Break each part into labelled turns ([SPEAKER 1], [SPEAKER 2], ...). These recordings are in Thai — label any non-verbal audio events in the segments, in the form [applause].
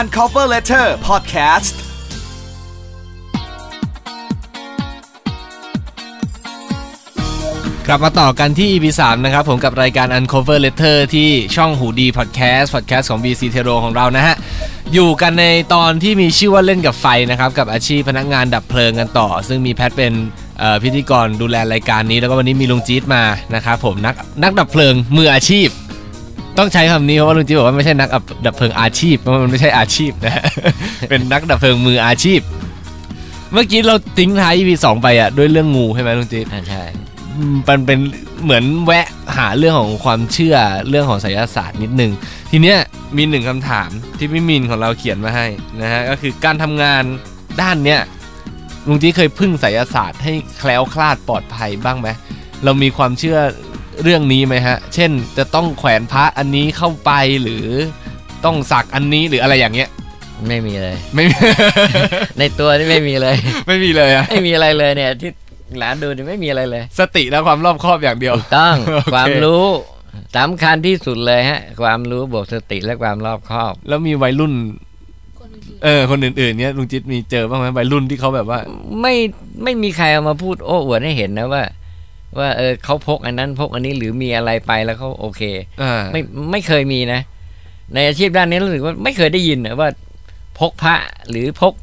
[SPEAKER 1] Uncover Letter Podcast
[SPEAKER 2] กลับมาต่อกันที่ EP 3นะครับผมกับรายการ Uncover Letter ที่ช่องหูดี Podcast Podcast ของ BC t e r o ของเรานะฮะ อยู่กันในตอนที่มีชื่อว่าเล่นกับไฟนะครับ กับอาชีพพนักงานดับเพลิงกันต่อ ซึ่งมีแพทเป็นเอ่อพิธีกรดูแลรายการนี้ แล้วก็วันนี้มีลุงจี๊ดมานะครับผมนักนักดับเพลิงมืออาชีพ ต้องใช้คำนี้เพราะว่าลุงจี๊ดบอกว่าไม่ใช่นักดับเพลิงอาชีพเพราะมันไม่ใช่อาชีพนะฮ [laughs] ะ เป็นนักดับเพลิงมืออาชีพ เมื่อกี้เราทิ้งท้าย EP สองไปอะด้วยเรื่องงูใช่ไหมลุงจี๊ด
[SPEAKER 3] อ่าใช่
[SPEAKER 2] อืมมันเป็นเหมือนแวะหาเรื่องของความเชื่อเรื่องของไสยศาสตร์นิดหนึ่งทีเนี้ยมีหนึ่งคำถามที่พี่มินของเราเขียนมาให้นะฮะก็คือการทำงานด้านเนี้ยลุงจี้เคยพึ่งไสยศาสตร์ให้แคล้วคลาดปลอดภัยบ้างไหมเรามีความเชื่อเรื่องนี้ไหมฮะ เช่นจะต้องแขวนพระอันนี้เข้าไปหรือต้องสักอันนี้หรืออะไรอย่างเงี้ย
[SPEAKER 3] ไม่มีเลย [laughs]
[SPEAKER 2] ไม่มี [laughs]
[SPEAKER 3] ในตัวนี่ไม่มีเลย [laughs]
[SPEAKER 2] ไม่มีเลยอะ
[SPEAKER 3] ไม่มีอะไรเลยเนี่ย ที่ร้านดูนี่ไม่มีอะไรเลย
[SPEAKER 2] สติและความรอบคอบอย่างเดียว
[SPEAKER 3] ต้อง
[SPEAKER 2] โอเค
[SPEAKER 3] ความรู้สำคัญที่สุดเลยฮะ ความรู้บวกสติและความรอบคอบ
[SPEAKER 2] แล้วมีวัยรุ่น เออ คนอื่นๆ เนี้ยลุงจิตมีเจอบ้างไหมวัยรุ่นที่เขาแบบว่า
[SPEAKER 3] ไม่ไม่มีใครเอามาพูดโอ้อวดให้เห็นนะว่า ว่าเออเขาพกอันนั้นพกอันนี้หรือมีอะไรไปแล้วเขาโอเค
[SPEAKER 2] อ่า
[SPEAKER 3] ไม่ไม่เคยมีนะ ในอาชีพด้านนี้รู้สึกว่าไม่เคยได้ยินนะว่า พกพระหรือพก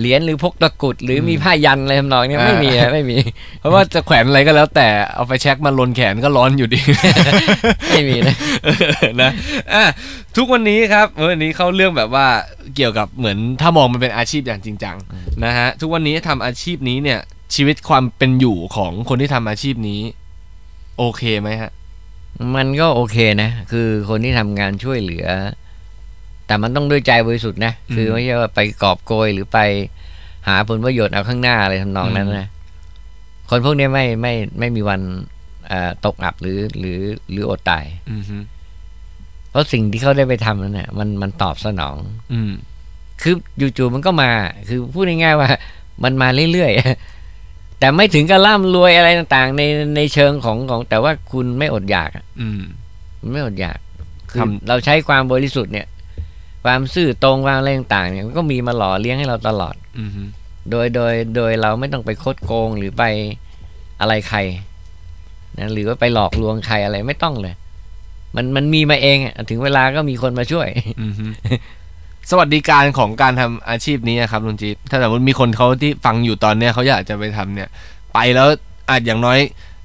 [SPEAKER 3] เหรียญหรือพกตะกรุด หรือมีผ้ายันอะไรทำนองเนี้ยไม่มีนะไม่มี
[SPEAKER 2] เพราะว่าจะแขวนอะไรก็แล้วแต่เอาไฟแช็กมาลนแขนก็ร้อน
[SPEAKER 3] [laughs]
[SPEAKER 2] อยู่ดี
[SPEAKER 3] ไม่มีนะ
[SPEAKER 2] เออนะอ่ะทุกวันนี้ครับเออวันนี้เข้าเรื่องแบบว่าเกี่ยวกับเหมือนถ้ามองมันเป็นอาชีพอย่างจริงจังนะฮะทุกวันนี้ทำอาชีพนี้เนี่ยชีวิตความเป็นอยู่ของคนที่ทำอาชีพนี้ โอเคไหมฮะ
[SPEAKER 3] มันก็โอเคนะ คือคนที่ทำงานช่วยเหลือ แต่มันต้องด้วยใจบริสุทธิ์นะ
[SPEAKER 2] อืม
[SPEAKER 3] คือไม่ใช่ว่าไปกอบโกยหรือไปหาผลประโยชน์เอาข้างหน้าอะไรทำนองนั้นนะ คนพวกเนี้ยไม่ไม่ไม่มีวันเอ่อตกอับหรือหรือหรืออดตาย
[SPEAKER 2] ืมฮึ
[SPEAKER 3] เพราะสิ่งที่เขาได้ไปทำนั้นน่ะมันมันตอบสนอง
[SPEAKER 2] อืม
[SPEAKER 3] คือจู่ๆมันก็มา คือพูดง่ายๆว่า มันมาเรื่อยๆ [laughs] แต่ไม่ถึงกับร่ำรวยอะไรต่างๆ ในในเชิงของของ แต่ว่าคุณไม่อดอยากอะ
[SPEAKER 2] อืม
[SPEAKER 3] มันไม่อดอยากคือ
[SPEAKER 2] ท
[SPEAKER 3] เราใช้ความบริสุทธิ์เนี่ย ความซื่อตรงความอะไรต่างๆเนี่ยมันก็มีมาหล่อเลี้ยงให้เราตลอด
[SPEAKER 2] อืมฮึ
[SPEAKER 3] โดยโดยโดยเราไม่ต้องไปคดโกงหรือไปอะไรใครนะหรือว่าไปหลอกลวงใครอะไรไม่ต้องเลย มันมันมีมาเองอะถึงเวลาก็มีคนมาช่วย
[SPEAKER 2] อืมฮึ [laughs] สวัสดิการของการทำอาชีพนี้อะครับลุงจิตถ้าสมมติมีคนเขาที่ฟังอยู่ตอนเนี้ยเขาอยากจะไปทำเนี่ย ไปแล้วอาจอย่างน้อย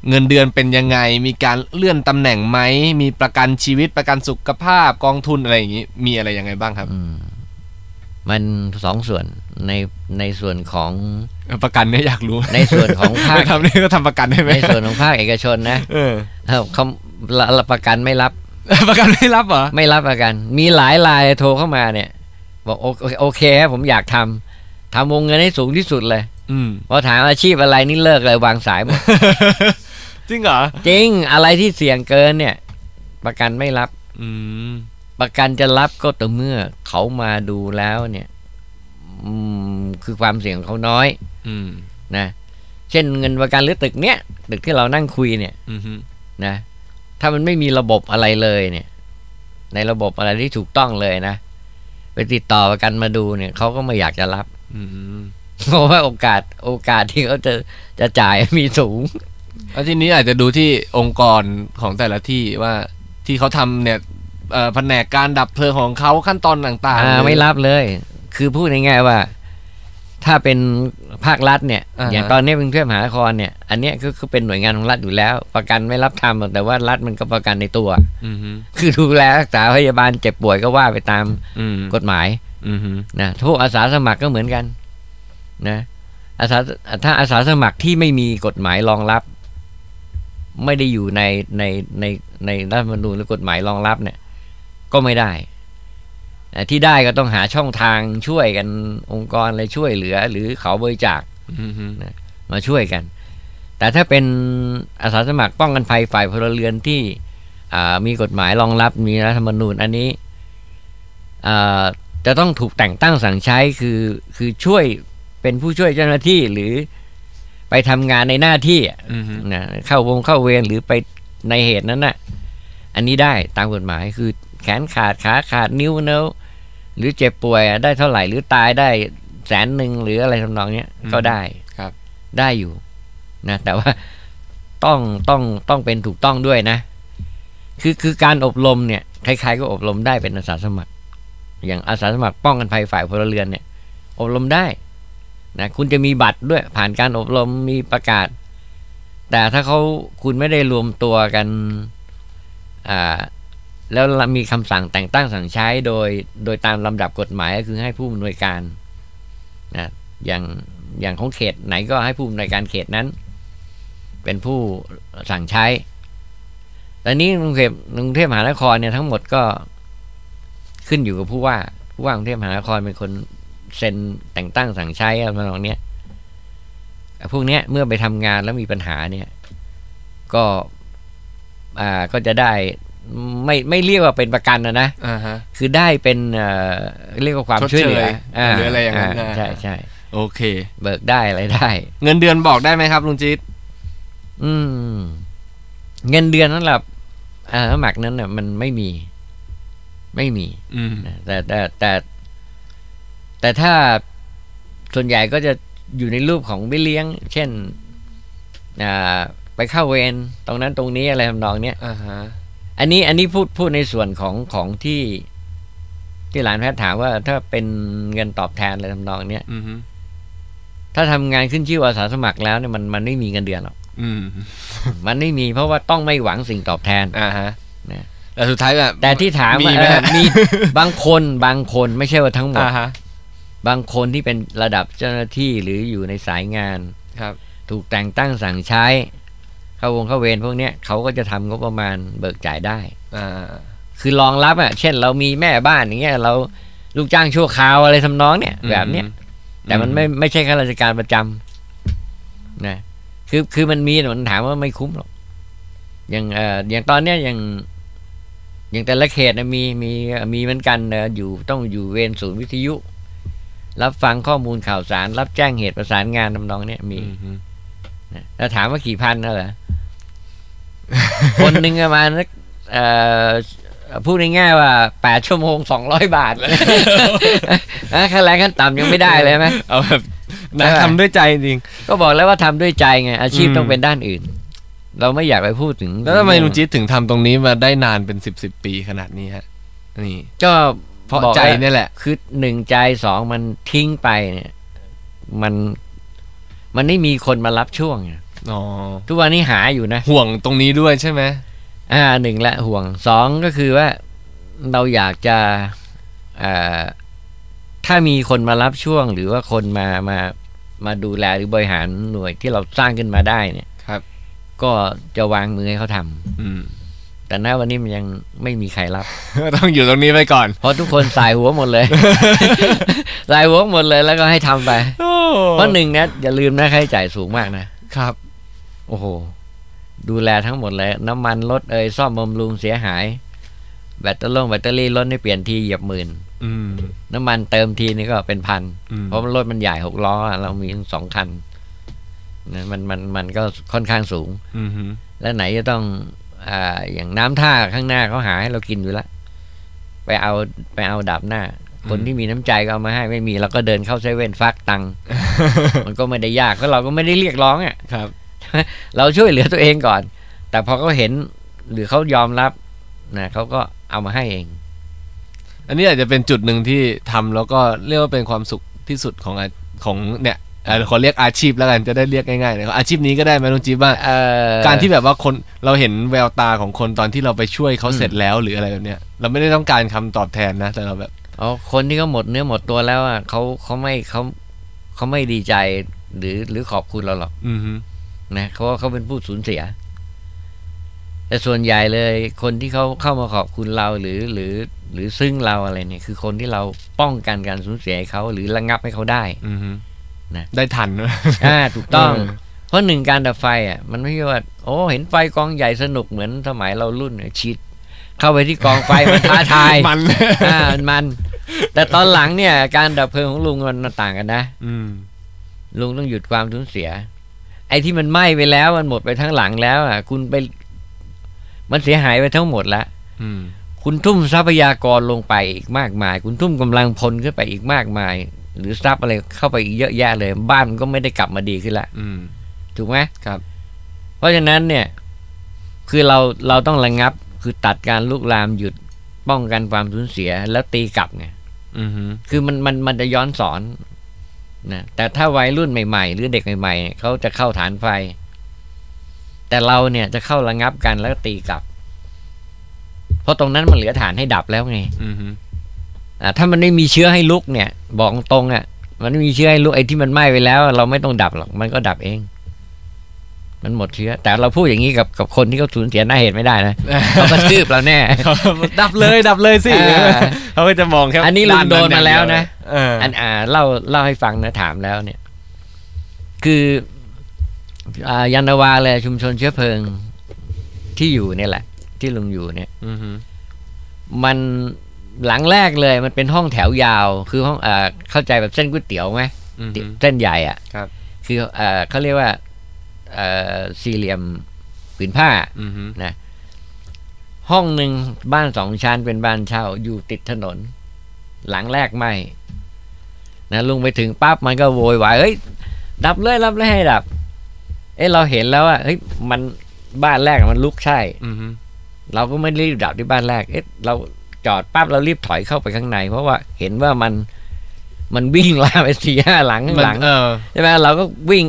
[SPEAKER 2] เงินเดือนเป็นยังไง มีการเลื่อนตำแหน่งไหม มีประกันชีวิตประกันสุขภาพกองทุนอะไรอย่างนี้ มีอะไรยังไงบ้างครับ
[SPEAKER 3] อืมมันสองส่วนในในส่วนของ
[SPEAKER 2] เออประกันเนี่ยอยาก [laughs] รู้
[SPEAKER 3] ในส่วนของภา
[SPEAKER 2] ไป
[SPEAKER 3] ค
[SPEAKER 2] ทำนี่ก็ทำประกันได้ไหม
[SPEAKER 3] ในส่วนของภาคเอกชนนะ [laughs]
[SPEAKER 2] เออ [laughs]
[SPEAKER 3] เอ้าเขาละละประกันไม่รับ
[SPEAKER 2] ประกันไม่รับเหรอ
[SPEAKER 3] ไม่รับประกัน มีหลายรายโทรเข้ามาเนี่ย บอกโอเคโอเคครับผมอยากทำทำวงเงินให้สูงที่สุดเลย
[SPEAKER 2] อืม
[SPEAKER 3] พอถามอาชีพอะไรนี่เลิกเลยวางสายหมด [laughs]
[SPEAKER 2] จริงเหรอ
[SPEAKER 3] จริงอะไรที่เสี่ยงเกินเนี่ย ประกันไม่รับ
[SPEAKER 2] อืม
[SPEAKER 3] ประกันจะรับก็ต่อเมื่อเขามาดูแล้วเนี่ย อืมคือความเสี่ยงของเขาน้อย
[SPEAKER 2] อืม
[SPEAKER 3] นะ เช่นเงินประกันหรือตึกเนี้ยตึกที่เรานั่งคุยเนี่ย
[SPEAKER 2] อืมฮึ
[SPEAKER 3] นะถ้ามันไม่มีระบบอะไรเลยเนี่ย ในระบบอะไรที่ถูกต้องเลยนะไปติดต่อประกันมาดูเนี่ยเขาก็ไม่อยากจะรับ [laughs]
[SPEAKER 2] อืม
[SPEAKER 3] เพราะว่าโอกาสโอกาสที่เขาจะจะจ่ายมีสูง
[SPEAKER 2] แล้วทีนี้อาจจะดูที่องค์กรของแต่ละที่ว่าที่เขาทำเนี่ยเอ่อแผนกการดับเพลิงของเขาขั้นตอนต่าง
[SPEAKER 3] อ่า
[SPEAKER 2] ๆ
[SPEAKER 3] ไม่รับเลย คือพูดง่ายๆว่า ถ้าเป็นภาครัฐเนี่ย
[SPEAKER 2] อ่าฮะ
[SPEAKER 3] อย่างตอนนี้กรุงเทพมหานครเนี่ย อันเนี้ยก็คือเป็นหน่วยงานของรัฐอยู่แล้ว ประกันไม่รับทำหรอกแต่ว่ารัฐมันก็ประกันในตัว
[SPEAKER 2] อืมฮึ
[SPEAKER 3] คือดูแลรักษาพยาบาลเจ็บป่วยก็ว่าไปตาม
[SPEAKER 2] อืม
[SPEAKER 3] กฎหมาย
[SPEAKER 2] อืมฮึ
[SPEAKER 3] นะพวกอาสาสมัครก็เหมือนกันนะอาสาถ้าอาสาสมัครที่ไม่มีกฎหมายรองรับ ไม่ได้อยู่ในในในในรัฐธรรมนูญหรือกฎหมายรองรับเนี่ย ก็ไม่ได้นะที่ได้ก็ต้องหาช่องทางช่วยกันองค์กรอะไรช่วยเหลือ หรือเขาบริจาค
[SPEAKER 2] อืมฮึ
[SPEAKER 3] มาช่วยกัน แต่ถ้าเป็นอาสาสมัครป้องกันภัยฝ่ายพลเรือนที่อ่ามีกฎหมายรองรับมีรัฐธรรมนูญอันนี้อ่า จะต้องถูกแต่งตั้งสั่งใช้คือคือช่วยเป็นผู้ช่วยเจ้าหน้าที่หรือไปทำงานในหน้าที่อะ
[SPEAKER 2] อืมฮึ
[SPEAKER 3] นะเข้าวงเข้าเวรหรือไปในเหตุนั้นน่ะ อันนี้ได้ตามกฎหมายคือแขนขาดขาขาดนิ้วเนว หรือเจ็บป่วยอะได้เท่าไหร่หรือตายได้แสนหนึ่งหรืออะไรทำนองเนี้ย
[SPEAKER 2] อืม
[SPEAKER 3] ก็ได้
[SPEAKER 2] ครับ
[SPEAKER 3] ได้อยู่นะ แต่ว่า [laughs] ต้องต้องต้องเป็นถูกต้องด้วยนะ คือคือการอบรมเนี่ยใครๆก็อบรมได้เป็นอาสาสมัคร อย่างอาสาสมัครป้องกันภัยฝ่ายพลเรือนเนี่ย อบรมได้นะคุณจะมีบัตรด้วย ผ่านการอบรมมีประกาศ แต่ถ้าเขาคุณไม่ได้รวมตัวกันอ่า แล้วมีคำสั่งแต่งตั้งสั่งใช้โดยโดยตามลำดับกฎหมายก็คือให้ผู้อำนวยการนะอย่างอย่างของเขตไหนก็ให้ผู้อำนวยการเขตนั้น เป็นผู้สั่งใช้ตอนนี้กรุงเทพกรุงเทพมหานครเนี่ยทั้งหมดก็ขึ้นอยู่กับผู้ว่าผู้ว่ากรุงเทพมหานครเป็นคนเซ็นแต่งตั้งสั่งใช้อะไรทำนองเนี้ยไอ้พวกเนี้ยเมื่อไปทำงานแล้วมีปัญหาเนี่ย ก็อ่าก็จะได้ ไม่ไม่เรียกว่าเป็นประกันนะนะ
[SPEAKER 2] อ่าฮะ
[SPEAKER 3] คือได้เป็นเอ่อเรียกว่าความ
[SPEAKER 2] ชดเชย
[SPEAKER 3] ช่วยเหลืออา
[SPEAKER 2] หรืออะไรอย่างนั้นนะ
[SPEAKER 3] ใช่ใช่
[SPEAKER 2] โอเค
[SPEAKER 3] เบิกได้อะไรได้
[SPEAKER 2] เงินเดือนบอกได้ไหมครับลุงจี๊ด
[SPEAKER 3] อืม เงินเดือนนั้นหลับอาสาสมัครนั้นน่ะ มันไม่มี ไม่มี
[SPEAKER 2] อืม
[SPEAKER 3] นะแต่แต่แต่ แต่ถ้าส่วนใหญ่ก็จะอยู่ในรูปของเบี้ยเลี้ยง เช่น อ่า ไปเข้าเวรตรงนั้นตรงนี้อะไรทำนองเนี้ย
[SPEAKER 2] อ่าฮะ
[SPEAKER 3] อันนี้อันนี้พูดพูดในส่วนของของที่ที่หลานแพทย์ถามว่าถ้าเป็นเงินตอบแทนอะไรทำนองเนี้ย
[SPEAKER 2] อืมฮึ
[SPEAKER 3] ถ้าทำงานขึ้นชื่อว่าอาสาสมัครแล้วเนี่ยมันมันไม่มีเงินเดือนหรอก
[SPEAKER 2] อืม
[SPEAKER 3] มันไม่มีเพราะว่าต้องไม่หวังสิ่งตอบแทน
[SPEAKER 2] อ่าฮะ
[SPEAKER 3] นะ
[SPEAKER 2] แต่สุดท้ายแบบ
[SPEAKER 3] แต่ที่ถาม
[SPEAKER 2] มีไหม
[SPEAKER 3] เออมี บางคนบางคนไม่ใช่ว่าทั้งหมด
[SPEAKER 2] อ่าฮะ
[SPEAKER 3] บางคนที่เป็นระดับเจ้าหน้าที่หรืออยู่ในสายงาน
[SPEAKER 2] ครับ
[SPEAKER 3] ถูกแต่งตั้งสั่งใช้ เข้าวงเข้าเวรพวกเนี้ยเขาก็จะทำงบประมาณเบิกจ่ายได้
[SPEAKER 2] อ่า
[SPEAKER 3] คือรองรับอ่ะ เช่นเรามีแม่บ้านอย่างเงี้ยเราลูกจ้างชั่วคราวอะไรทำนองเนี่ยแบบเนี้ย แต่มันไม่ไม่ใช่ข้าราชการประจำนะคือคือมันมีแต่มันถามว่าไม่คุ้มหรอก อย่างเอ่ออย่างตอนเนี้ยอย่างอย่างแต่ละเขตนะมีมีมีเหมือนกันเอ่ออยู่ต้องอยู่เวรศูนย์วิทยุ รับฟังข้อมูลข่าวสาร รับแจ้งเหตุประสานงานทำนองเนี้ยมี
[SPEAKER 2] อืฮึ
[SPEAKER 3] นะแล้วถามว่ากี่พันนะเหรอ คนหนึ่งประมาณสักเอ่อพูดง่ายๆว่าแปดชั่วโมงสองร้อยบาท อ่ะค่าแรงขั้นต่ำยังไม่ได้เลยไหม
[SPEAKER 2] เอาแบบนะ
[SPEAKER 3] ใช่ไหม
[SPEAKER 2] ทำด้วยใจจริง
[SPEAKER 3] ก็บอกแล้วว่าทำด้วยใจไง อาชีพ
[SPEAKER 2] อืม
[SPEAKER 3] ต้องเป็นด้านอื่น เราไม่อยากไปพูดถึง
[SPEAKER 2] แล้วทำไมลุงจี๊ดถึงทำตรงนี้มาได้นานเป็นสิบสิบปีขนาดนี้ฮะ นี่
[SPEAKER 3] ก็
[SPEAKER 2] เพราะ
[SPEAKER 3] บอก
[SPEAKER 2] ใจ
[SPEAKER 3] แล้ว
[SPEAKER 2] เนี่ยแหละ
[SPEAKER 3] คือหนึ่งใจสองมันทิ้งไปเนี่ย มันมันไม่มีคนมารับช่วงไง
[SPEAKER 2] อ๋อ
[SPEAKER 3] ทุกวันนี้หาอยู่นะ
[SPEAKER 2] ห่วงตรงนี้ด้วยใช่ไหม
[SPEAKER 3] อ่าหนึ่งละห่วงสองก็คือว่าเราอยากจะเอ่อถ้ามีคนมารับช่วง หรือว่าคนมามามาดูแลหรือบริหารหน่วยที่เราสร้างขึ้นมาได้เนี่ย
[SPEAKER 2] ครับ
[SPEAKER 3] ก็จะวางมือให้เขาทำ
[SPEAKER 2] อืม [laughs]
[SPEAKER 3] แต่ณวันนี้มันยังไม่มีใครรับ
[SPEAKER 2] ต้องอยู่ตรงนี้ไปก่อน
[SPEAKER 3] เพราะทุกคนสายหัวหมดเลย สายหัวหมดเลยแล้วก็ให้ทำไป เพราะหนึ่งนะอย่าลืมนะค่าใช้จ่ายสูงมากนะ
[SPEAKER 2] ครับ
[SPEAKER 3] โอ้โห ดูแลทั้งหมดเลย น้ำมันรถเอ่ยซ่อมบำรุงเสียหาย แบตเตอรี่แบตเตอรี่รถนี่เปลี่ยนทีเหยียบหมื่น
[SPEAKER 2] อืม
[SPEAKER 3] น้ำมันเติมทีนี่ก็เป็นพัน
[SPEAKER 2] อืม
[SPEAKER 3] เพราะรถมันใหญ่หกล้ออะเรามีทั้งสองคันนะมันมันมันก็ค่อนข้างสูง
[SPEAKER 2] อืมฮึ
[SPEAKER 3] และไหนจะต้องอาอย่างน้ำท่าข้างหน้าเขาหาให้เรากินอยู่แล้วไปเอาไปเอาดับหน้า คนที่มีน้ำใจก็เอามาให้ไม่มีเราก็เดินเข้าเซเว่นฟักตั
[SPEAKER 2] [laughs]
[SPEAKER 3] งค์ มันก็ไม่ได้ยากก็เราก็ไม่ได้เรียกร้องอ่ะ
[SPEAKER 2] ครับ
[SPEAKER 3] เราช่วยเหลือตัวเองก่อน แต่พอเขาเห็นหรือเขายอมรับนะเขาก็เอามาให้เอง
[SPEAKER 2] อันนี้อาจจะเป็นจุดหนึ่งที่ทำแล้วก็เรียกว่าเป็นความสุขที่สุดของอาของเนี่ยเอ่อขอเรียกอาชีพแล้วกันจะได้เรียกง่ายๆเลยอาชีพนี้ก็ได้ไหมลุงจิ๊บว่า
[SPEAKER 3] เอ่อ
[SPEAKER 2] การที่แบบว่าคนเราเห็นแววตาของคนตอนที่เราไปช่วยเขา
[SPEAKER 3] อืม
[SPEAKER 2] เสร็จแล้วหรืออะไรแบบเนี้ยเราไม่ได้ต้องการคำตอบแทนนะ แต่เราแบบ
[SPEAKER 3] อ๋อคนที่เขาหมดเนื้อหมดตัวแล้วอ่ะเขาเขาไม่เขาเขาไม่ดีใจหรือหรือขอบคุณเราหรอก
[SPEAKER 2] อืมฮึ
[SPEAKER 3] นะเขาว่าเขาเป็นผู้สูญเสีย แต่ส่วนใหญ่เลยคนที่เขาเข้ามาขอบคุณเราหรือหรือ หรือซึ่งเราอะไรเนี่ยคือคนที่เราป้องกันการสูญเสียให้เขาหรือระงับให้เขา
[SPEAKER 2] [laughs]
[SPEAKER 3] ได้
[SPEAKER 2] อืมฮึ
[SPEAKER 3] นะ
[SPEAKER 2] ได้ทัน
[SPEAKER 3] อ่าถูกต้อง
[SPEAKER 2] เออ
[SPEAKER 3] เพราะหนึ่งการดับไฟอ่ะ มันไม่ใช่ว่าโอ้เห็นไฟกองใหญ่สนุกเหมือนสมัยเรารุ่นเนี่ยฉีดเข้าไปที่กองไฟมันท้าทาย
[SPEAKER 2] [laughs] มัน
[SPEAKER 3] อ่ามัน แต่ตอนหลังเนี่ย การดับเพลิงของลุงมันต่างกันนะ
[SPEAKER 2] อืม
[SPEAKER 3] ลุงต้องหยุดความสูญเสีย ไอ้ที่มันไหม้ไปแล้วมันหมดไปทั้งหลังแล้วอ่ะ คุณไป มันเสียหายไปทั้งหมดแล้ว
[SPEAKER 2] อืม
[SPEAKER 3] คุณทุ่มทรัพยากรลงไปอีกมากมาย คุณทุ่มกำลังพลขึ้นไปอีกมากมาย หรือทรัพย์อะไรเข้าไปอีกเยอะแยะเลย บ้านมันก็ไม่ได้กลับมาดีขึ้นละ
[SPEAKER 2] อืม
[SPEAKER 3] ถูกไหม
[SPEAKER 2] ครับ
[SPEAKER 3] เพราะฉะนั้นเนี่ย คือเราเราต้องระงับ คือตัดการลุกลามหยุดป้องกันความสูญเสียแล้วตีกลับไง
[SPEAKER 2] อือฮึ
[SPEAKER 3] คือมันมันมันจะย้อนสอนนะแต่ถ้าวัยรุ่นใหม่ๆ หรือเด็กใหม่ๆเนี่ยเขาจะเข้าฐานไฟ แต่เราเนี่ยจะเข้าระงับกันแล้วก็ตีกลับ เพราะตรงนั้นมันเหลือฐานให้ดับแล้วไง
[SPEAKER 2] อือฮึ
[SPEAKER 3] อ่ะถ้ามันไม่มีเชื้อให้ลุกเนี่ย บอกตรงอะ่ะ มันไม่มีเชื้อให้ลุกไอ้ที่มันไหม้ไปแล้ว เราไม่ต้องดับหรอกมันก็ดับเอง มันหมดเชื้อ แต่เราพูดอย่างนี้กับกับคนที่เขาสูญเสียหน้าเหตุไม่ได้
[SPEAKER 2] [laughs]
[SPEAKER 3] นะ เขากระทืบเราแน่
[SPEAKER 2] ดับ
[SPEAKER 3] [laughs]
[SPEAKER 2] เลยดับเลย [laughs] สิ
[SPEAKER 3] อ่า
[SPEAKER 2] เขาก็จะมองแค่
[SPEAKER 3] อันนี้ลุงโดนมาแล้วนะ
[SPEAKER 2] เออ
[SPEAKER 3] อันอ่าเล่าเล่าให้ฟังนะถามแล้วเนี่ย คืออ่ายันนาวาเลยชุมชนเชื้อเพลิงที่อยู่เนี่ยแหละ ที่ลุงอยู่เนี่ย
[SPEAKER 2] อือฮึ
[SPEAKER 3] มันหลังแรกเลยมันเป็นห้องแถวยาว คือห้องอ่าเข้าใจแบบเส้นก๋วยเตี๋ยวไหม
[SPEAKER 2] อือฮึ
[SPEAKER 3] เส้นใหญ่อะ่ะ
[SPEAKER 2] ครับ
[SPEAKER 3] คืออ่าเขาเรียกว่าอ่าสี่เหลี่ยมผืนผ้า
[SPEAKER 2] อือฮึ
[SPEAKER 3] ห้องหนึ่งบ้านสองชั้นเป็นบ้านเช่าอยู่ติดถนน หลังแรกไม่นะลุงไปถึงปั๊บมันก็โวยวายเฮ้ยดับเลยรับเลยให้ดับ เอ้ยเราเห็นแล้วว่าเฮ้ยมันบ้านแรกอะมันลุกใช่
[SPEAKER 2] อือฮึ
[SPEAKER 3] เราก็ไม่รีบดับที่บ้านแรก เอ๊ะเราจอดปั๊บเรารีบถอยเข้าไปข้างใน เพราะว่าเห็นว่ามันมันวิ่งลามไปสี่ห้าหลังข้างหลัง
[SPEAKER 2] เออ
[SPEAKER 3] ใช่ไหมเราก็วิ่ง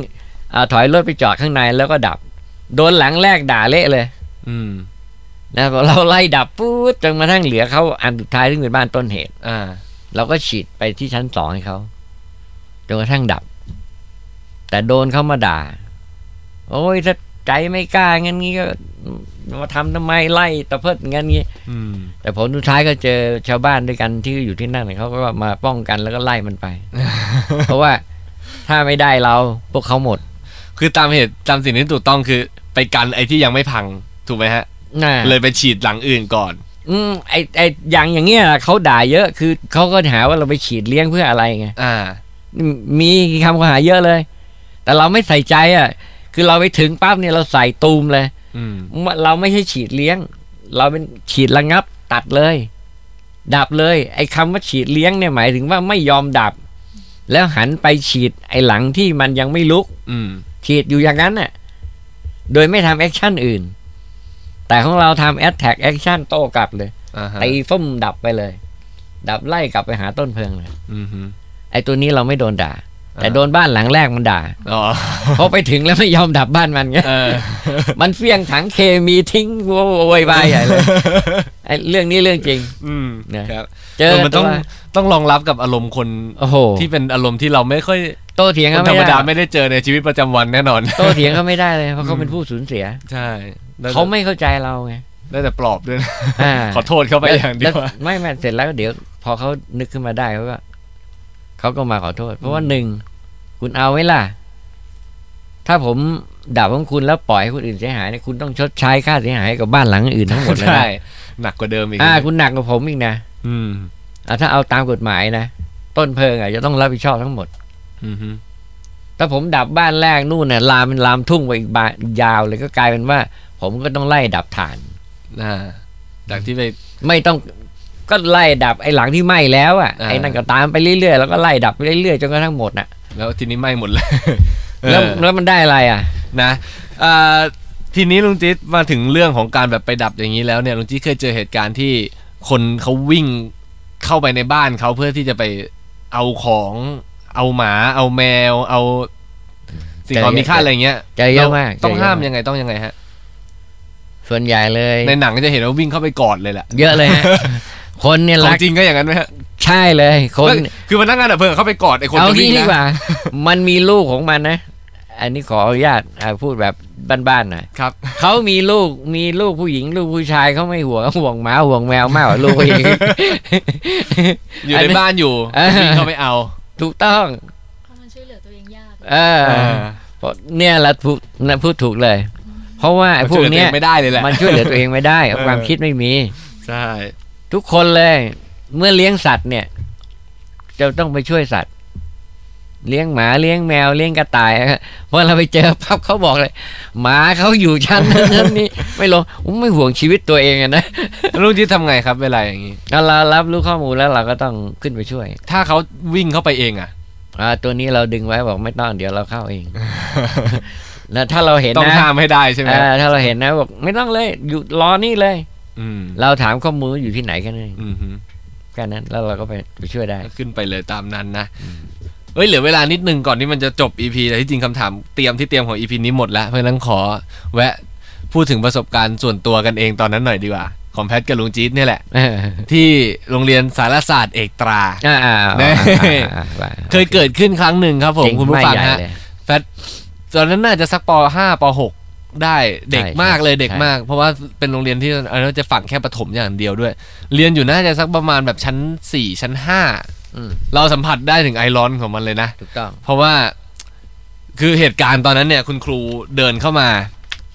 [SPEAKER 3] อาถอยรถไปจอดข้างในแล้วก็ดับ โดนหลังแรกด่าเละเลย
[SPEAKER 2] อืม
[SPEAKER 3] นะพอ [laughs] เราไล่ดับปุ๊บจนกระทั่งเหลือเขาอันสุดท้ายซึ่งเป็นบ้านต้นเหตุ
[SPEAKER 2] อ่า
[SPEAKER 3] เราก็ฉีดไปที่ชั้นสองให้เขาจนกระทั่งดับ แต่โดนเขามาด่า โอ้ยถ้าใจไม่กล้างั้นงี้ก็มาทำทำไมไล่ตะเพิดงั้นงี้
[SPEAKER 2] อืม
[SPEAKER 3] แต่ผลสุดท้ายก็เจอชาวบ้านด้วยกันที่อยู่ที่นั่นเขาก็มาป้องกันแล้วก็ไล่มันไป เพราะว่าถ้าไม่ได้เราพวกเขาหมด
[SPEAKER 2] คือตามเหตุตามสิ่งที่ถูกต้องคือไปกันไอ้ที่ยังไม่พังถูกไหมฮะ
[SPEAKER 3] น่ะ
[SPEAKER 2] เลยไปฉีดหลังอื่นก่อน
[SPEAKER 3] อืมไอไออย่างอย่างเงี้ยเขาด่าเยอะคือเขาก็หาว่าเราไปฉีดเลี้ยงเพื่ออะไรไง
[SPEAKER 2] อ่า
[SPEAKER 3] มมีคำข้อหาเยอะเลย แต่เราไม่ใส่ใจอ่ะ คือเราไปถึงปั๊บเนี่ยเราใส่ตูมเลย
[SPEAKER 2] อืม
[SPEAKER 3] เราไม่ใช่ฉีดเลี้ยง เราเป็นฉีดระงับ ตัดเลย ดับเลย ไอ้คำว่าฉีดเลี้ยงเนี่ยหมายถึงว่าไม่ยอมดับ แล้วหันไปฉีดไอ้หลังที่มันยังไม่ลุก
[SPEAKER 2] อืม
[SPEAKER 3] ฉีดอยู่อย่างนั้นน่ะ โดยไม่ทำแอคชั่นอื่น แต่ของเราทำแอ t แท็กแอคชั่นโต้กลับเลย
[SPEAKER 2] อ่าฮะ
[SPEAKER 3] ตีฟุ่มดับไปเลย ดับไล่กลับไปหาต้นเพลิงเลย
[SPEAKER 2] อือฮึ
[SPEAKER 3] ไอ้ตัวนี้เราไม่โดนด่า แต่โดนบ้านหลังแรกมันด่า
[SPEAKER 2] อ๋อ
[SPEAKER 3] เพราะไปถึงแล้วไม่ยอมดับบ้านมันไง
[SPEAKER 2] เออ
[SPEAKER 3] มันเฟี้ยงถังเคมีทิ้งโวยวายใหญ่เลยไอ้เรื่องนี้เรื่องจริง
[SPEAKER 2] อืม
[SPEAKER 3] เนี่ย
[SPEAKER 2] ครับ
[SPEAKER 3] เจอ
[SPEAKER 2] เออมันต้อง
[SPEAKER 3] ว
[SPEAKER 2] ต้องรองรับกับอารมณ์คน
[SPEAKER 3] โอ้โห
[SPEAKER 2] ที่เป็นอารมณ์ที่เราไม่ค่อย
[SPEAKER 3] โตเถียง
[SPEAKER 2] ค
[SPEAKER 3] เขา
[SPEAKER 2] นธร
[SPEAKER 3] ไม่
[SPEAKER 2] รมดา
[SPEAKER 3] ได้
[SPEAKER 2] ไม่ได้เจอในชีวิตประจำวันแน่นอน
[SPEAKER 3] โตเถียงเขาไม่ได้เลยเพราะเขาเป็นผู้สูญเสีย
[SPEAKER 2] ใช่ได้แต่
[SPEAKER 3] เขาไม่เข้าใจเราไง
[SPEAKER 2] ได้แต่ปลอบด้วยนะ
[SPEAKER 3] อ่า
[SPEAKER 2] ขอโทษเข้าไปอย่างเดียว
[SPEAKER 3] แล้ไม่ไม่เสร็จแล้วเดี๋ยว พอเขานึกขึ้นมาได้เขาก็เขาก็มาขอโทษ เพราะว่าหนึ่งคุณเอาไว้ล่ะ ถ้าผมด่าของคุณแล้วปล่อยให้คนอื่นเสียหายเนี่ยคุณต้องชดใช้ค่าเสียหายให้กับบ้านหลังอื่นทั้งหมดเลย
[SPEAKER 2] ใช่
[SPEAKER 3] นะ
[SPEAKER 2] หนักกว่าเดิมอีก
[SPEAKER 3] อ่า คุณหนักกว่าผมอีกนะ
[SPEAKER 2] อืม
[SPEAKER 3] อ่าถ้าเอาตามกฎหมายนะต้นเพลิงอ่ะจะต้องรับผิดชอบทั้งหมด
[SPEAKER 2] อือฮึ
[SPEAKER 3] ถ้าผมดับบ้านแรกนู่นเนี่ยลามเป็นลามทุ่งไปอีกบานยาวเลยก็กลายเป็นว่า ผมก็ต้องไล่ดับฐาน
[SPEAKER 2] อ่าจากที่ไป
[SPEAKER 3] ไม่ต้องก็ไล่ดับไอ้หลังที่ไหม้แล้วอ่ะ
[SPEAKER 2] อ่า
[SPEAKER 3] ไอ้นั่นก็ตามไปเรื่อยๆแล้วก็ไล่ดับไปเรื่อยๆจนกระทั่งหมดน่ะ
[SPEAKER 2] แล้วทีนี้ไหม่หมดเลย
[SPEAKER 3] แล้ว
[SPEAKER 2] เออ
[SPEAKER 3] แล้วมันได้อะไรอ่ะ
[SPEAKER 2] นะเอ่อทีนี้ลุงจิ๊ดมาถึงเรื่องของการแบบไปดับอย่างนี้แล้วเนี่ยลุงจิ๊ดเคยเจอเหตุการณ์ที่คนเขาวิ่งเข้าไปในบ้านเขาเพื่อที่จะไปเอาของ เอาหมา เอาแมว เอา สิ่งของ
[SPEAKER 3] ใจเย็น
[SPEAKER 2] มีค่าอะไรเงี้ย
[SPEAKER 3] ใจเยอะมาก
[SPEAKER 2] ต้อง
[SPEAKER 3] ใจเยะ
[SPEAKER 2] ห้าม
[SPEAKER 3] ก
[SPEAKER 2] ยังไงต้องยังไงฮะ
[SPEAKER 3] ส่วนใหญ่เลย
[SPEAKER 2] ในหนังก็จะเห็นว่าวิ่งเข้าไปกอดเลยแหละ
[SPEAKER 3] เยอะเลย
[SPEAKER 2] [laughs]
[SPEAKER 3] ฮะ คนเนี่ย
[SPEAKER 2] ขอ
[SPEAKER 3] รั
[SPEAKER 2] ง
[SPEAKER 3] ก
[SPEAKER 2] จริงก็อย่างนั้นไหมฮะ
[SPEAKER 3] ใช่เลยคน
[SPEAKER 2] ไม่คือพนักงานดับเพลิงเข้าไปกอดไอ้คน
[SPEAKER 3] เอา
[SPEAKER 2] จะวิ่
[SPEAKER 3] งี้
[SPEAKER 2] ง
[SPEAKER 3] ดีก
[SPEAKER 2] นะ
[SPEAKER 3] ว่า มันมีลูกของมันนะอันนี้ขออนุญาตอ่าพูดแบบบ้านๆหน่อย
[SPEAKER 2] ครับ
[SPEAKER 3] เขามีลูกมีลูกผู้หญิง ลูกผู้ชายเขาไม่ห่วงห่วงหมาห่วงแมวมากกว่าลูกผู้ห [laughs] ญิง
[SPEAKER 2] อยู่
[SPEAKER 3] อัน
[SPEAKER 2] ใน
[SPEAKER 3] นี้
[SPEAKER 2] บ้านอยู่
[SPEAKER 3] เออ
[SPEAKER 2] วิ่งเข้าไปเอา
[SPEAKER 3] ถูกต้อง
[SPEAKER 4] เพราะมันช่วยเหลือตัวเองยาก
[SPEAKER 3] เออ เพราะเนี่ยละพูดนะพูดถูกเลย เพราะว่าไอ้พวกเนี้ย
[SPEAKER 2] มัช่ตัองไม่ได้เลยแหละ
[SPEAKER 3] มันช่วยเหลือตัวเองไม่ได้
[SPEAKER 2] เออ
[SPEAKER 3] ความคิดไม่มี
[SPEAKER 2] ใช่
[SPEAKER 3] ทุกคนเลย เมื่อเลี้ยงสัตว์เนี่ย จะต้องไปช่วยสัตว์ เลี้ยงหมาเลี้ยงแมวเลี้ยงกระต่าย [laughs] พอเราไปเจอปั๊บเขาบอกเลย หมาเขาอยู่ชั้นนั้นชั้นนี้ [laughs] ไม่ลงอุ๊ยไม่ห่วงชีวิตตัวเองอะ [laughs] นะ
[SPEAKER 2] ลูกที่ทำไงครับเวลาอย่างนี้
[SPEAKER 3] เอาเรารับรู้ข้อมูลแล้วเราก็ต้องขึ้นไปช่วย
[SPEAKER 2] ถ้าเขาวิ่งเข้าไปเองอ่ะ
[SPEAKER 3] อ่าตัวนี้เราดึงไว้บอกไม่ต้องเดี๋ยวเราเข้าเอง [laughs] แล้วถ้าเราเห็น
[SPEAKER 2] ต้อง
[SPEAKER 3] นะ
[SPEAKER 2] ห้ามให้ได้ใช่ไหม
[SPEAKER 3] อ่าถ้าเราเห็นนะบอกไม่ต้องเลยอยู่รอนี่เลย
[SPEAKER 2] อืม
[SPEAKER 3] เราถามข้อมูลว่าอยู่ที่ไหนแค่นั้นเอง
[SPEAKER 2] อืมฮึ
[SPEAKER 3] แค่นั้นแล้วเราก็ไปไปช่วยได้
[SPEAKER 2] ขึ้นไปเลยตามนั้นนะเอ้ยเหลือเวลานิดนึงก่อนที่มันจะจบ EP แต่ที่จริงคำถามเตรียมที่เตรียมของ EP นี้หมดแล้วเพราะฉะนั้นขอแวะพูดถึงประสบการณ์ส่วนตัวกันเองตอนนั้นหน่อยดีกว่า ของแพทกับลุงจี๊ดเนี่ยแหละ
[SPEAKER 3] เออ
[SPEAKER 2] ที่โรงเรียนสารศาสตร์เอกตรา
[SPEAKER 3] อ่าอ่าอ่า
[SPEAKER 2] แน่
[SPEAKER 3] อ่าอ่า
[SPEAKER 2] เคยเกิดขึ้นครั้งหนึ่งครับผม
[SPEAKER 3] เจ๋
[SPEAKER 2] คุณผู้ฟัง
[SPEAKER 3] ไใหญ่
[SPEAKER 2] ฮะ
[SPEAKER 3] เลย
[SPEAKER 2] ตอนนั้นน่าจะสักป .5 ป .6 ได้เด็ก
[SPEAKER 3] ใช่
[SPEAKER 2] มากเลยเด็ก
[SPEAKER 3] ใช่
[SPEAKER 2] มาก เพราะว่าเป็นโรงเรียนที่อันนั้นจะฝังแค่ประถมอย่างเดียวด้วย เรียนอยู่น่าจะสักประมาณแบบชั้น 4 ชั้น
[SPEAKER 3] อืม
[SPEAKER 2] 5 เราสัมผัสได้ถึงไอร้อนของมันเลยนะ
[SPEAKER 3] ถูกต้อง
[SPEAKER 2] เพราะว่าคือเหตุการณ์ตอนนั้นเนี่ย คุณครูเดินเข้ามา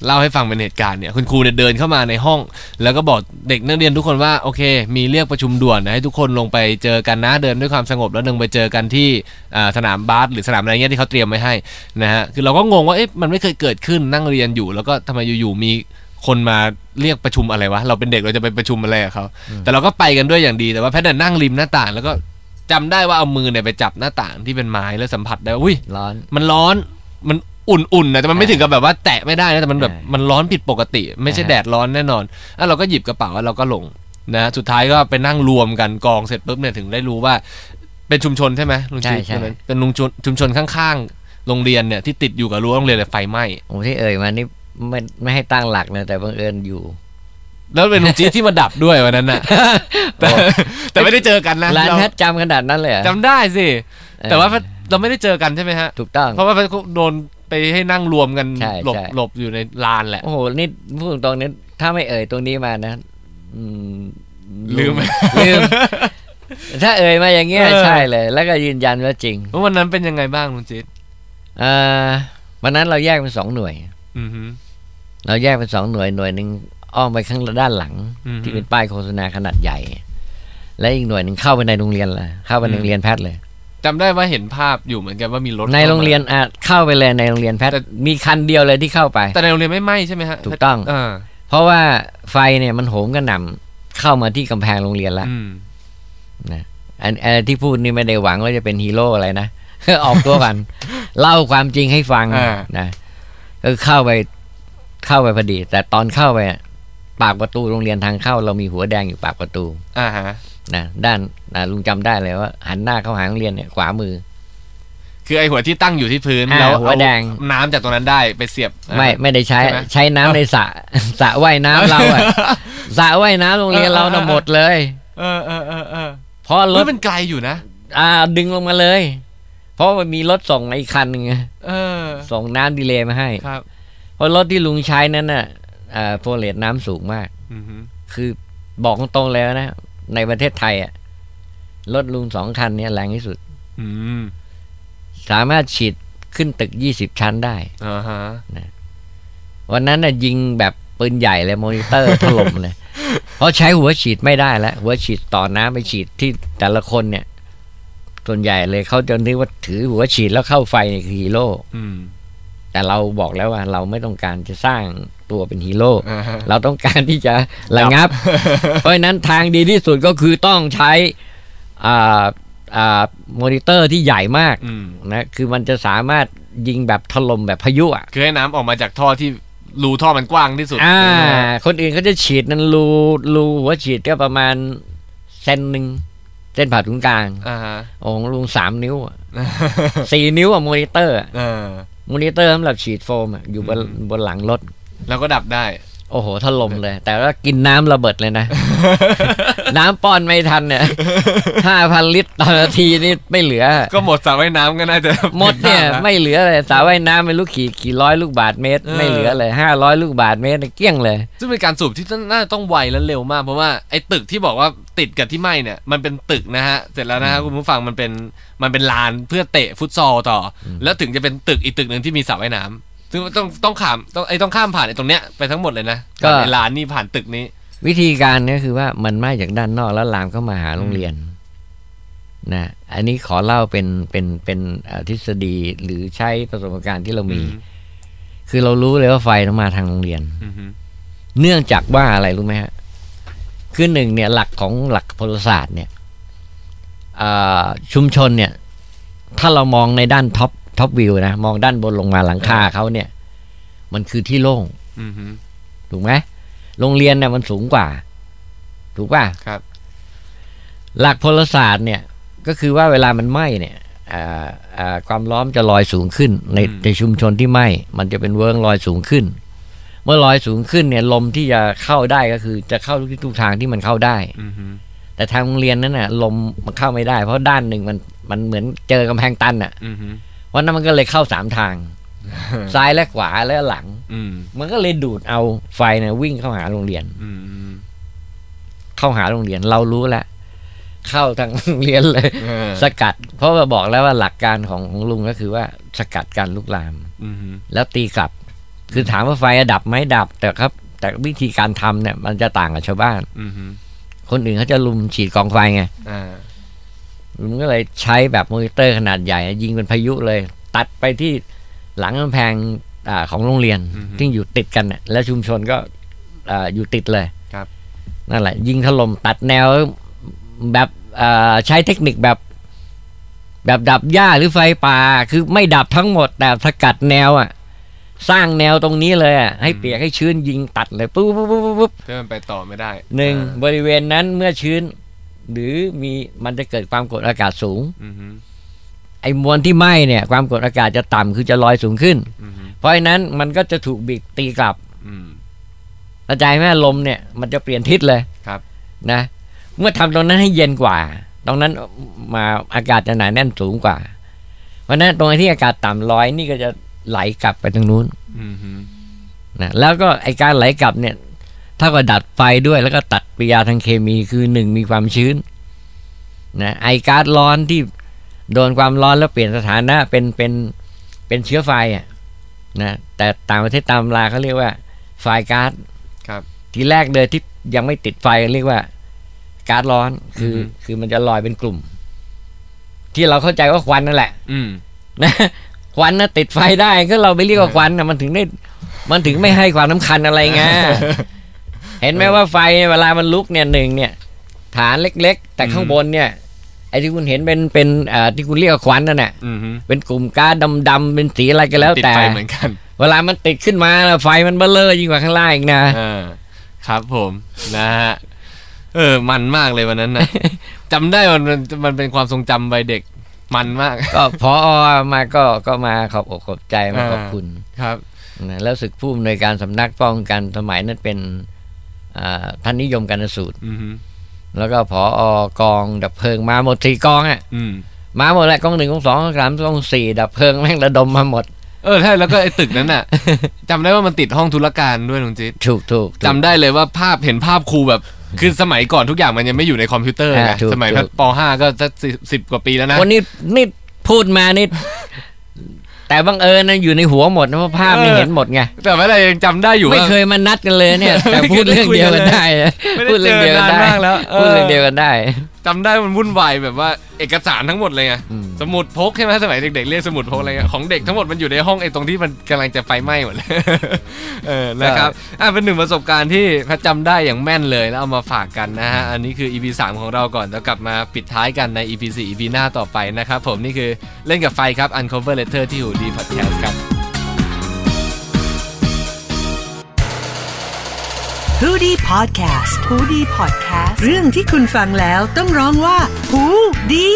[SPEAKER 2] เล่าให้ฟังเป็นเหตุการณ์เนี่ย คุณครูเนี่ยเดินเข้ามาในห้อง แล้วก็บอกเด็กนักเรียนทุกคนว่าโอเค มีเรียกประชุมด่วนนะให้ทุกคนลงไปเจอกันนะเดินด้วยความสงบแล้วนึงไปเจอกันที่อ่าสนามบาสหรือสนามอะไรเงี้ยที่เขาเตรียมไว้ให้นะฮะคือเราก็งงว่าเอ๊ะมันไม่เคยเกิดขึ้นนั่งเรียนอยู่ แล้วก็ทำไมอยู่ๆมีคนมาเรียกประชุมอะไรวะเราเป็นเด็กเราจะไปประชุมอะไรกับเขาแต่เราก็ไปกันด้วยอย่างดีแต่ว่าแพทย์น่ะนั่งริมหน้าต่าง แล้วก็จำได้ว่าเอามือเนี่ยไปจับหน้าต่างที่เป็นไม้แล้วสัมผัสได้ว่าอุ้ย
[SPEAKER 3] ร้อน
[SPEAKER 2] มันร้อน มันอุ่นๆนะแต่มันไม่ถึงกับแบบว่าแตะไม่ได้นะ แต่มันแบบ
[SPEAKER 3] อ่ามั
[SPEAKER 2] มันร้อนผิดปกติ ไม่ใช่
[SPEAKER 3] อ่าฮะ
[SPEAKER 2] แดดร้อนแน่นอนอ่ะเราก็หยิบกระเป๋าแล้วเราก็ลงนะ สุดท้ายก็ไปนั่งรวมกันกองเสร็จปุ๊บเนี่ยถึงได้รู้ว่า เป็นชุมชนใช่ไหมลุง
[SPEAKER 3] ใช่
[SPEAKER 2] ชิด
[SPEAKER 3] ใช่
[SPEAKER 2] ใช่ไหมเป็นลุงชนชุมชนข้างๆโรงเรียนเนี่ยที่ติดอยู่กับรั้วโรงเรียนเลยไฟไหม้
[SPEAKER 3] โอ้ที่เอ่ยมานี่ไม่ไม่ให้ตั้งหลักเลยแต่บังเอิญอยู่
[SPEAKER 2] แล้วเป็นลุงจีดที่มาดับด้วยวันนั้นน่ะ [laughs] แต่ แต่ไม่ได้เจอกันนะ
[SPEAKER 3] ร้าน
[SPEAKER 2] เรา
[SPEAKER 3] แพทย์จำขนาดนั้นเลยเหรอ
[SPEAKER 2] จำได้สิ
[SPEAKER 3] เออ
[SPEAKER 2] แต่ว่าเราไม่ได้เจอกันใช่ไหมฮะ
[SPEAKER 3] ถูกต้อง
[SPEAKER 2] เพราะว่าเขาโดนไปให้นั่งรวมกัน
[SPEAKER 3] ใช่
[SPEAKER 2] หลบ
[SPEAKER 3] ใช่
[SPEAKER 2] หลบอยู่ในลานแหละ
[SPEAKER 3] โอ้โหนี่พูดตรงๆนี้ถ้าไม่เอ่ยตรงนี้มานะอืม
[SPEAKER 2] ลืม
[SPEAKER 3] ลื [laughs] ม ถ้าเอ่ยมาอย่างเงี้ย
[SPEAKER 2] เออ
[SPEAKER 3] ใช่เลย แล้วก็ยืนยันว่าจริง
[SPEAKER 2] แล้ววันนั้นเป็นยังไงบ้างลุงจิต
[SPEAKER 3] เอ่อวันนั้นเราแยกเป็นสองหน่วย
[SPEAKER 2] อือหือ
[SPEAKER 3] เราแยกเป็นสองหน่วยหน่วยหนึ่งอ้อมไปข้างด้านหลัง
[SPEAKER 2] อืม
[SPEAKER 3] ที่เป็นป้ายโฆษณาขนาดใหญ่ และอีกหน่วยหนึ่งเข้าไปในโรงเรียนเลยเข้าไปในโรงเรียนแพทย์เลย
[SPEAKER 2] จำได้ว่าเห็นภาพอยู่เหมือนกันว่ามีรถ
[SPEAKER 3] ในโรงเรียน
[SPEAKER 2] ข้า
[SPEAKER 3] อ่ะเข้าไปเลยในโรงเรียนแพทย์
[SPEAKER 2] แต่
[SPEAKER 3] มีคันเดียวเลยที่เข้าไป
[SPEAKER 2] มาแต่ในโรงเรียนไม่ไหม้ใช่ไหมฮะ
[SPEAKER 3] ถูกต้อง
[SPEAKER 2] เอ่า
[SPEAKER 3] เพราะว่าไฟเนี่ยมันโหมกระหน่ำเข้ามาที่กำแพงโรงเรียนละ
[SPEAKER 2] อืม
[SPEAKER 3] อันอันที่พูดนี่ไม่ได้หวังว่าจะเป็นฮีโร่อะไร [laughs] นะ ออกตัว
[SPEAKER 2] [laughs]
[SPEAKER 3] กัน เล่าความจริงให้ฟังนะก็เข้าไปเข้าไปพอดี แต่ตอนเข้าไปอ่ะปากประตูโรงเรียนทางเข้า เรามีหัวแดงอยู่ปากประตู
[SPEAKER 2] อ่าฮะ
[SPEAKER 3] นะด้านอ่ะลุงจำได้เลยว่าหันหน้าเข้าหาโรงเรียนเนี่ยขวามือ
[SPEAKER 2] คือไอหัวที่ตั้งอยู่ที่พื้น
[SPEAKER 3] อ่า
[SPEAKER 2] แล้ว
[SPEAKER 3] หัวแดง
[SPEAKER 2] เอาน้ำจากตรงนั้นได้ไปเสียบ
[SPEAKER 3] อไม่
[SPEAKER 2] อ่า
[SPEAKER 3] ไม่ได้ใช้
[SPEAKER 2] ใช่ไหม
[SPEAKER 3] ใช้น้ำในสระ [laughs] สระว่ายน้ำเราอะ สระว่ายน้ำโรงเรียนเราน่ะหมดเลย
[SPEAKER 2] เออเออเออเออ
[SPEAKER 3] เพราะร
[SPEAKER 2] เฮ้
[SPEAKER 3] ถ
[SPEAKER 2] ยมันไกลอยู่นะ
[SPEAKER 3] อ่าดึงลงมาเลย เพราะมันมีรถส่งมาอีกคันหนึ่งไง
[SPEAKER 2] เออ
[SPEAKER 3] ส่งน้ำดีเลย์มาให้
[SPEAKER 2] ครับ
[SPEAKER 3] เพราะรถที่ลุงใช้นั้นน่ะอ่าโฟเลตน้ำสูงมาก
[SPEAKER 2] อือหือ
[SPEAKER 3] คือบอกตรงๆแล้วนะ ในประเทศไทยอ่ะรถลุงสองคันเนี้ยแรงที่สุด
[SPEAKER 2] อืม
[SPEAKER 3] สามารถฉีดขึ้นตึกยี่สิบชั้นได้
[SPEAKER 2] อ่าฮะ
[SPEAKER 3] วันนั้นน่ะยิงแบบปืนใหญ่เลยมอนิเตอร์ ถล่มเลย เพราะใช้หัวฉีดไม่ได้แล้ว หัวฉีดต่อน้ำไปฉีดที่แต่ละคนเนี่ย ส่วนใหญ่เลยเขาจะนึกว่าถือหัวฉีดแล้วเข้าไฟเนี่ยคือฮีโร่
[SPEAKER 2] อืม
[SPEAKER 3] แต่เราบอกแล้วว่า เราไม่ต้องการจะสร้างตัวเป็นฮีโร่
[SPEAKER 2] อ่าฮะ
[SPEAKER 3] เราต้องการที่จะระงับ เพราะฉะนั้นทางดีที่สุดก็คือต้องใช้อ่าอ่ามอนิเตอร์ที่ใหญ่มาก
[SPEAKER 2] อืม
[SPEAKER 3] นะคือมันจะสามารถยิงแบบถล่มแบบพายุอ่ะ
[SPEAKER 2] คือให้น้ำออกมาจากท่อที่รูท่อมันกว้างที่สุด
[SPEAKER 3] อ่า
[SPEAKER 2] ใช่ไหมฮะ
[SPEAKER 3] คนอื่นเขาจะฉีดนั้นรูรูหัวฉีดก็ประมาณเส้นหนึ่งเส้นผ่าศูนย์กลาง
[SPEAKER 2] อ่าฮะ
[SPEAKER 3] โอ้ของลุงสาม
[SPEAKER 2] [laughs]
[SPEAKER 3] นิ้วอะ สี่นิ้วอะมอนิเตอร์อะ
[SPEAKER 2] เออ
[SPEAKER 3] มอนิเตอร์สำหรับฉีดโฟมอะอยู่บน
[SPEAKER 2] อืม
[SPEAKER 3] บนหลังรถ
[SPEAKER 2] แล้วก็ดับได้
[SPEAKER 3] โอ้โหถล่มเลย แต่ว่ากินน้ำระเบิดเลยนะ [laughs] น้ำป้อนไม่ทัน
[SPEAKER 2] [laughs]
[SPEAKER 3] เนี่ยห้าพันลิตรต่อนาทีนี่ไม่เหลือ
[SPEAKER 2] ก็หมดสระว่ายน้ำก็น่าจะ
[SPEAKER 3] หมดเนี่ย
[SPEAKER 2] ป็ภาพะ
[SPEAKER 3] ไม่เหลือเลยสาว่ายน้ำไม่รู้กี่กี่ร้อยลูกบาทเมตร
[SPEAKER 2] เออ
[SPEAKER 3] ไม่เหลือเลยห้าร้อยลูกบาทเมตรเนี่ยเกลี้ยงเลย
[SPEAKER 2] ซึ่งเป็นการสูบที่น่าจะต้องไวและเร็วมาก เพราะว่าไอ้ตึกที่บอกว่าติดกับที่ไหม้เนี่ยมันเป็นตึกนะฮะ เสร็จแล้วนะฮะคุณผู้ฟังมันเป็นมันเป็นลานเพื่อเตะฟุตซอลต่ออแล้วถึงจะเป็นตึกอีกตึกหนึ่งที่มีสระว่ายน้ำซึ่งต้องต้องข้ามต้องไอ้ต้องข้ามผ่านไอ้ตรงเนี้ยไปทั้งหมดเลยนะ
[SPEAKER 3] ก็
[SPEAKER 2] ผ่านไอ้ลานนี่ผ่านตึกนี้
[SPEAKER 3] วิธีการเนี่ยคือว่ามันไหม้จากด้านนอกแล้วลามเข้ามาหาโรงเรียน นะอันนี้ขอเล่าเป็นเป็นเป็นเอ่อทฤษฎีหรือใช้ประสบการณ์ที่เรามี คือเรารู้เลยว่าไฟต้องมาทางโรงเรียน
[SPEAKER 2] อือฮึ
[SPEAKER 3] เนื่องจากว่าอะไรรู้ไหมฮะ คือหนึ่งเนี่ยหลักของหลักพลศาสตร์เนี่ยเอ่อชุมชนเนี่ย ถ้าเรามองในด้านท็อปท็อปวิวนะ มองด้านบนลงมาหลังคาเขาเนี่ย มันคือที่โล่ง
[SPEAKER 2] อือฮึ
[SPEAKER 3] ถูกไหมโรงเรียนเนี่ยมันสูงกว่า ถูกป่ะ
[SPEAKER 2] ครับ
[SPEAKER 3] หลักพลศาสตร์เนี่ยก็คือว่าเวลามันไหม้เนี่ยอ่าอ่าความร้อนจะลอยสูงขึ้น ใน
[SPEAKER 2] อืม
[SPEAKER 3] ในชุมชนที่ไหม้มันจะเป็นเวิร์งลอยสูงขึ้น เมื่อลอยสูงขึ้นเนี่ยลมที่จะเข้าได้ก็คือจะเข้าทุกทิศทุกทางที่มันเข้าได้
[SPEAKER 2] อือฮึ
[SPEAKER 3] แต่ทางโรงเรียนนั้นน่ะลมมันเข้าไม่ได้ เพราะด้านหนึ่งมันมันเหมือนเจอกำแพงตันน่ะ
[SPEAKER 2] อือฮึ
[SPEAKER 3] วันนั้นมันก็เลยเข้าสาม
[SPEAKER 2] [laughs]
[SPEAKER 3] ทาง ซ้ายและขวาและหลัง
[SPEAKER 2] อืม
[SPEAKER 3] มันก็เลยดูดเอาไฟเนี่ยวิ่งเข้าหาโรงเรียน
[SPEAKER 2] อืมอืม
[SPEAKER 3] เข้าหาโรงเรียนเรารู้แล้วเข้าทางโรงเรียนเลย
[SPEAKER 2] เออ
[SPEAKER 3] สกัด เพราะว่าบอกแล้วว่าหลักการของของลุงก็คือว่าสกัดการลุกลาม
[SPEAKER 2] อือฮึ
[SPEAKER 3] แล้วตีกลับ คือถามว่าไฟอะดับไหมดับ แต่ครับ แต่วิธีการทำเนี่ย มันจะต่างกับชาวบ้าน
[SPEAKER 2] อือฮึ
[SPEAKER 3] คนอื่นเขาจะลุมฉีดกองไฟไง
[SPEAKER 2] อ่า
[SPEAKER 3] ลุงก็เลยใช้แบบมอนิเตอร์ขนาดใหญ่ ยิงเป็นพายุเลย ตัดไปที่หลังกำแพงอ่าของโรงเรียนซึ่งอยู่ติดกันน่ะแล้วชุมชนก็อ่าอยู่ติดเลยนั่นแหละ ยิงถล่มตัดแนวแบบอ่าใช้เทคนิคแบบ แบบดับหญ้าหรือไฟป่า คือไม่ดับทั้งหมด แต่สกัดแนวอ่ะ สร้างแนวตรงนี้เลยอ่ะให้เปียกให้ชื้นยิงตัดเลยปุ๊บปุ๊บปุ๊บปุ๊บปุ๊บ
[SPEAKER 2] เพื่อมันไปต่อไม่ได้
[SPEAKER 3] หนึ่ง
[SPEAKER 2] อ่า
[SPEAKER 3] บริเวณนั้นเมื่อชื้น หรือมีมันจะเกิดความกดอากาศสูง
[SPEAKER 2] อือฮึ
[SPEAKER 3] ไอ้มวลที่ไหม้เนี่ย ความกดอากาศจะต่ำคือจะลอยสูงขึ้น
[SPEAKER 2] อือฮึ
[SPEAKER 3] เพราะฉะนั้นมันก็จะถูกบีบตีกลับ
[SPEAKER 2] อืม
[SPEAKER 3] กระจายแม่ลมเนี่ย มันจะเปลี่ยนทิศเลย
[SPEAKER 2] ครับ
[SPEAKER 3] นะ เมื่อทำตรงนั้นให้เย็นกว่า ตรงนั้นมาอากาศจะหนาแน่นสูงกว่า เพราะฉะนั้นตรงที่อากาศต่ำลอยนี่ก็จะไหลกลับไปทางนู้น
[SPEAKER 2] อือฮึ
[SPEAKER 3] นะแล้วก็ไอการไหลกลับเนี่ย ถ้าก็ดัดไฟด้วยแล้วก็ตัดปริยาทางเคมีคือหนึ่งมีความชื้นนะไอการร้อนที่โดนความร้อนแล้วเปลี่ยนสถานะเป็นเป็นเป็นเชื้อไฟอ่ะนะแต่ต่างประเทศตามลาเขาเรียกว่า ไฟก๊าซ
[SPEAKER 2] ครับ
[SPEAKER 3] ทีแรกเลยที่ยังไม่ติดไฟเรียกว่าก๊าซร้อนคือ
[SPEAKER 2] อ
[SPEAKER 3] อ
[SPEAKER 2] ฮึ
[SPEAKER 3] คือมันจะลอยเป็นกลุ่ม ที่เราเข้าใจว่าควันนั่นแหละ
[SPEAKER 2] อืม
[SPEAKER 3] นะ [laughs] ควันนะติดไฟได้ก็เราไปเรียกว่าควันนะมันถึงได้ มันถึงไม่ให้ความสำคัญอะไร
[SPEAKER 2] [laughs]
[SPEAKER 3] ไง เห็นไหมว่าไฟเนี่ยเวลามันลุกเนี่ยหนึ่งเนี่ย ฐานเล็กๆ แต่
[SPEAKER 2] อืม
[SPEAKER 3] ข้างบนเนี่ย ไอ้ที่คุณเห็นเป็นเป็นเอ่อที่คุณเรียกว่าควันนั่นน่ะ
[SPEAKER 2] อือฮึ
[SPEAKER 3] เป็นกลุ่มก๊าซดำๆเป็นสีอะไรก็แล้ว
[SPEAKER 2] ติด
[SPEAKER 3] แต่
[SPEAKER 2] ไฟเหมือนกัน
[SPEAKER 3] เวลามันติดขึ้นมาน่ะไฟมันเบลอยิ่งกว่าข้างล่างอีกนะ [laughs]
[SPEAKER 2] เออครับผมนะฮะเออ มันมากเลยวันนั้นนะ จำได้มันมันมันเป็นความทรงจำวัยเด็กมันมาก
[SPEAKER 3] ก็พอมาก็ก็มาขอบอกขอบใจมา
[SPEAKER 2] อ่า
[SPEAKER 3] ขอบคุณ
[SPEAKER 2] ครับ
[SPEAKER 3] นะแล้วสึกผู้อำนวยการสำนักป้องกันสมัยนั้นเป็นอ่าท่านนิยมการสูตร
[SPEAKER 2] อืม
[SPEAKER 3] แล้วก็พออกองดับเพลิงมาหมดสี่กองอ่ะ
[SPEAKER 2] อืม
[SPEAKER 3] มาหมดแหละกองหนึ่งกองสองกองสามกองสี่ดับเพลิงแม่งระดมมาหมด
[SPEAKER 2] เออใช่แล้วก็ไอ้ตึกนั้นน่ะ จำได้ว่ามันติดห้องธุรการด้วยลุงจิต
[SPEAKER 3] ถูกถูกถูก
[SPEAKER 2] จำได้เลยว่าภาพเห็นภาพครูแบบ คือสมัยก่อนทุกอย่างมันยังไม่อยู่ในคอมพิวเตอร์ไง
[SPEAKER 3] อ่าถูก
[SPEAKER 2] สมัย
[SPEAKER 3] ถูก
[SPEAKER 2] ป .5 ก็จะสิบกว่าปีแล้วนะ
[SPEAKER 3] วันนี้นี่พูดมานี่ แต่บังเอิญนะอยู่ในหัวหมดนะเพราะภาพนี่เห็นหมดไง
[SPEAKER 2] แต่ว่าอะไรยังจำได้อยู่
[SPEAKER 3] ไม่
[SPEAKER 2] ว่า
[SPEAKER 3] เคยมานัดกันเลยเนี่ย แต่พูดเรื่องเดียวกันได้
[SPEAKER 2] ไม่ได้
[SPEAKER 3] พูดเรื่องเดียวกัน
[SPEAKER 2] เจอกันนาน
[SPEAKER 3] ได้
[SPEAKER 2] มากแล้วเออ
[SPEAKER 3] พูดเรื่องเดียวกันได้
[SPEAKER 2] จำได้มันวุ่นวายแบบว่าเอกสารทั้งหมดเลยไง
[SPEAKER 3] อืม
[SPEAKER 2] สมุดพกใช่ไหมสมัยเด็กๆเรียกสมุดพกอะไรเงี้ยของเด็กทั้งหมดมันอยู่ในห้องไอ้ตรงที่มันกำลังจะไฟไหม้หมดเลย [laughs] เออนะครับอ่ะเป็นหนึ่งประสบการณ์ที่พัดจำได้อย่างแม่นเลยแล้วเอามาฝากกันนะฮะ อันนี้คือ EP 3 ของเราก่อนแล้วกลับมาปิดท้ายกันใน EP 4 EP หน้าต่อไปนะครับผมนี่คือเล่นกับไฟครับ Uncover Letter ที่หูดีพอดแคสต์ครับ
[SPEAKER 5] h o ดี้พอดแคสต์ฮูดี้พอดแคสต์เรื่องที่คุณฟังแล้วต้องร้องว่าฮูดี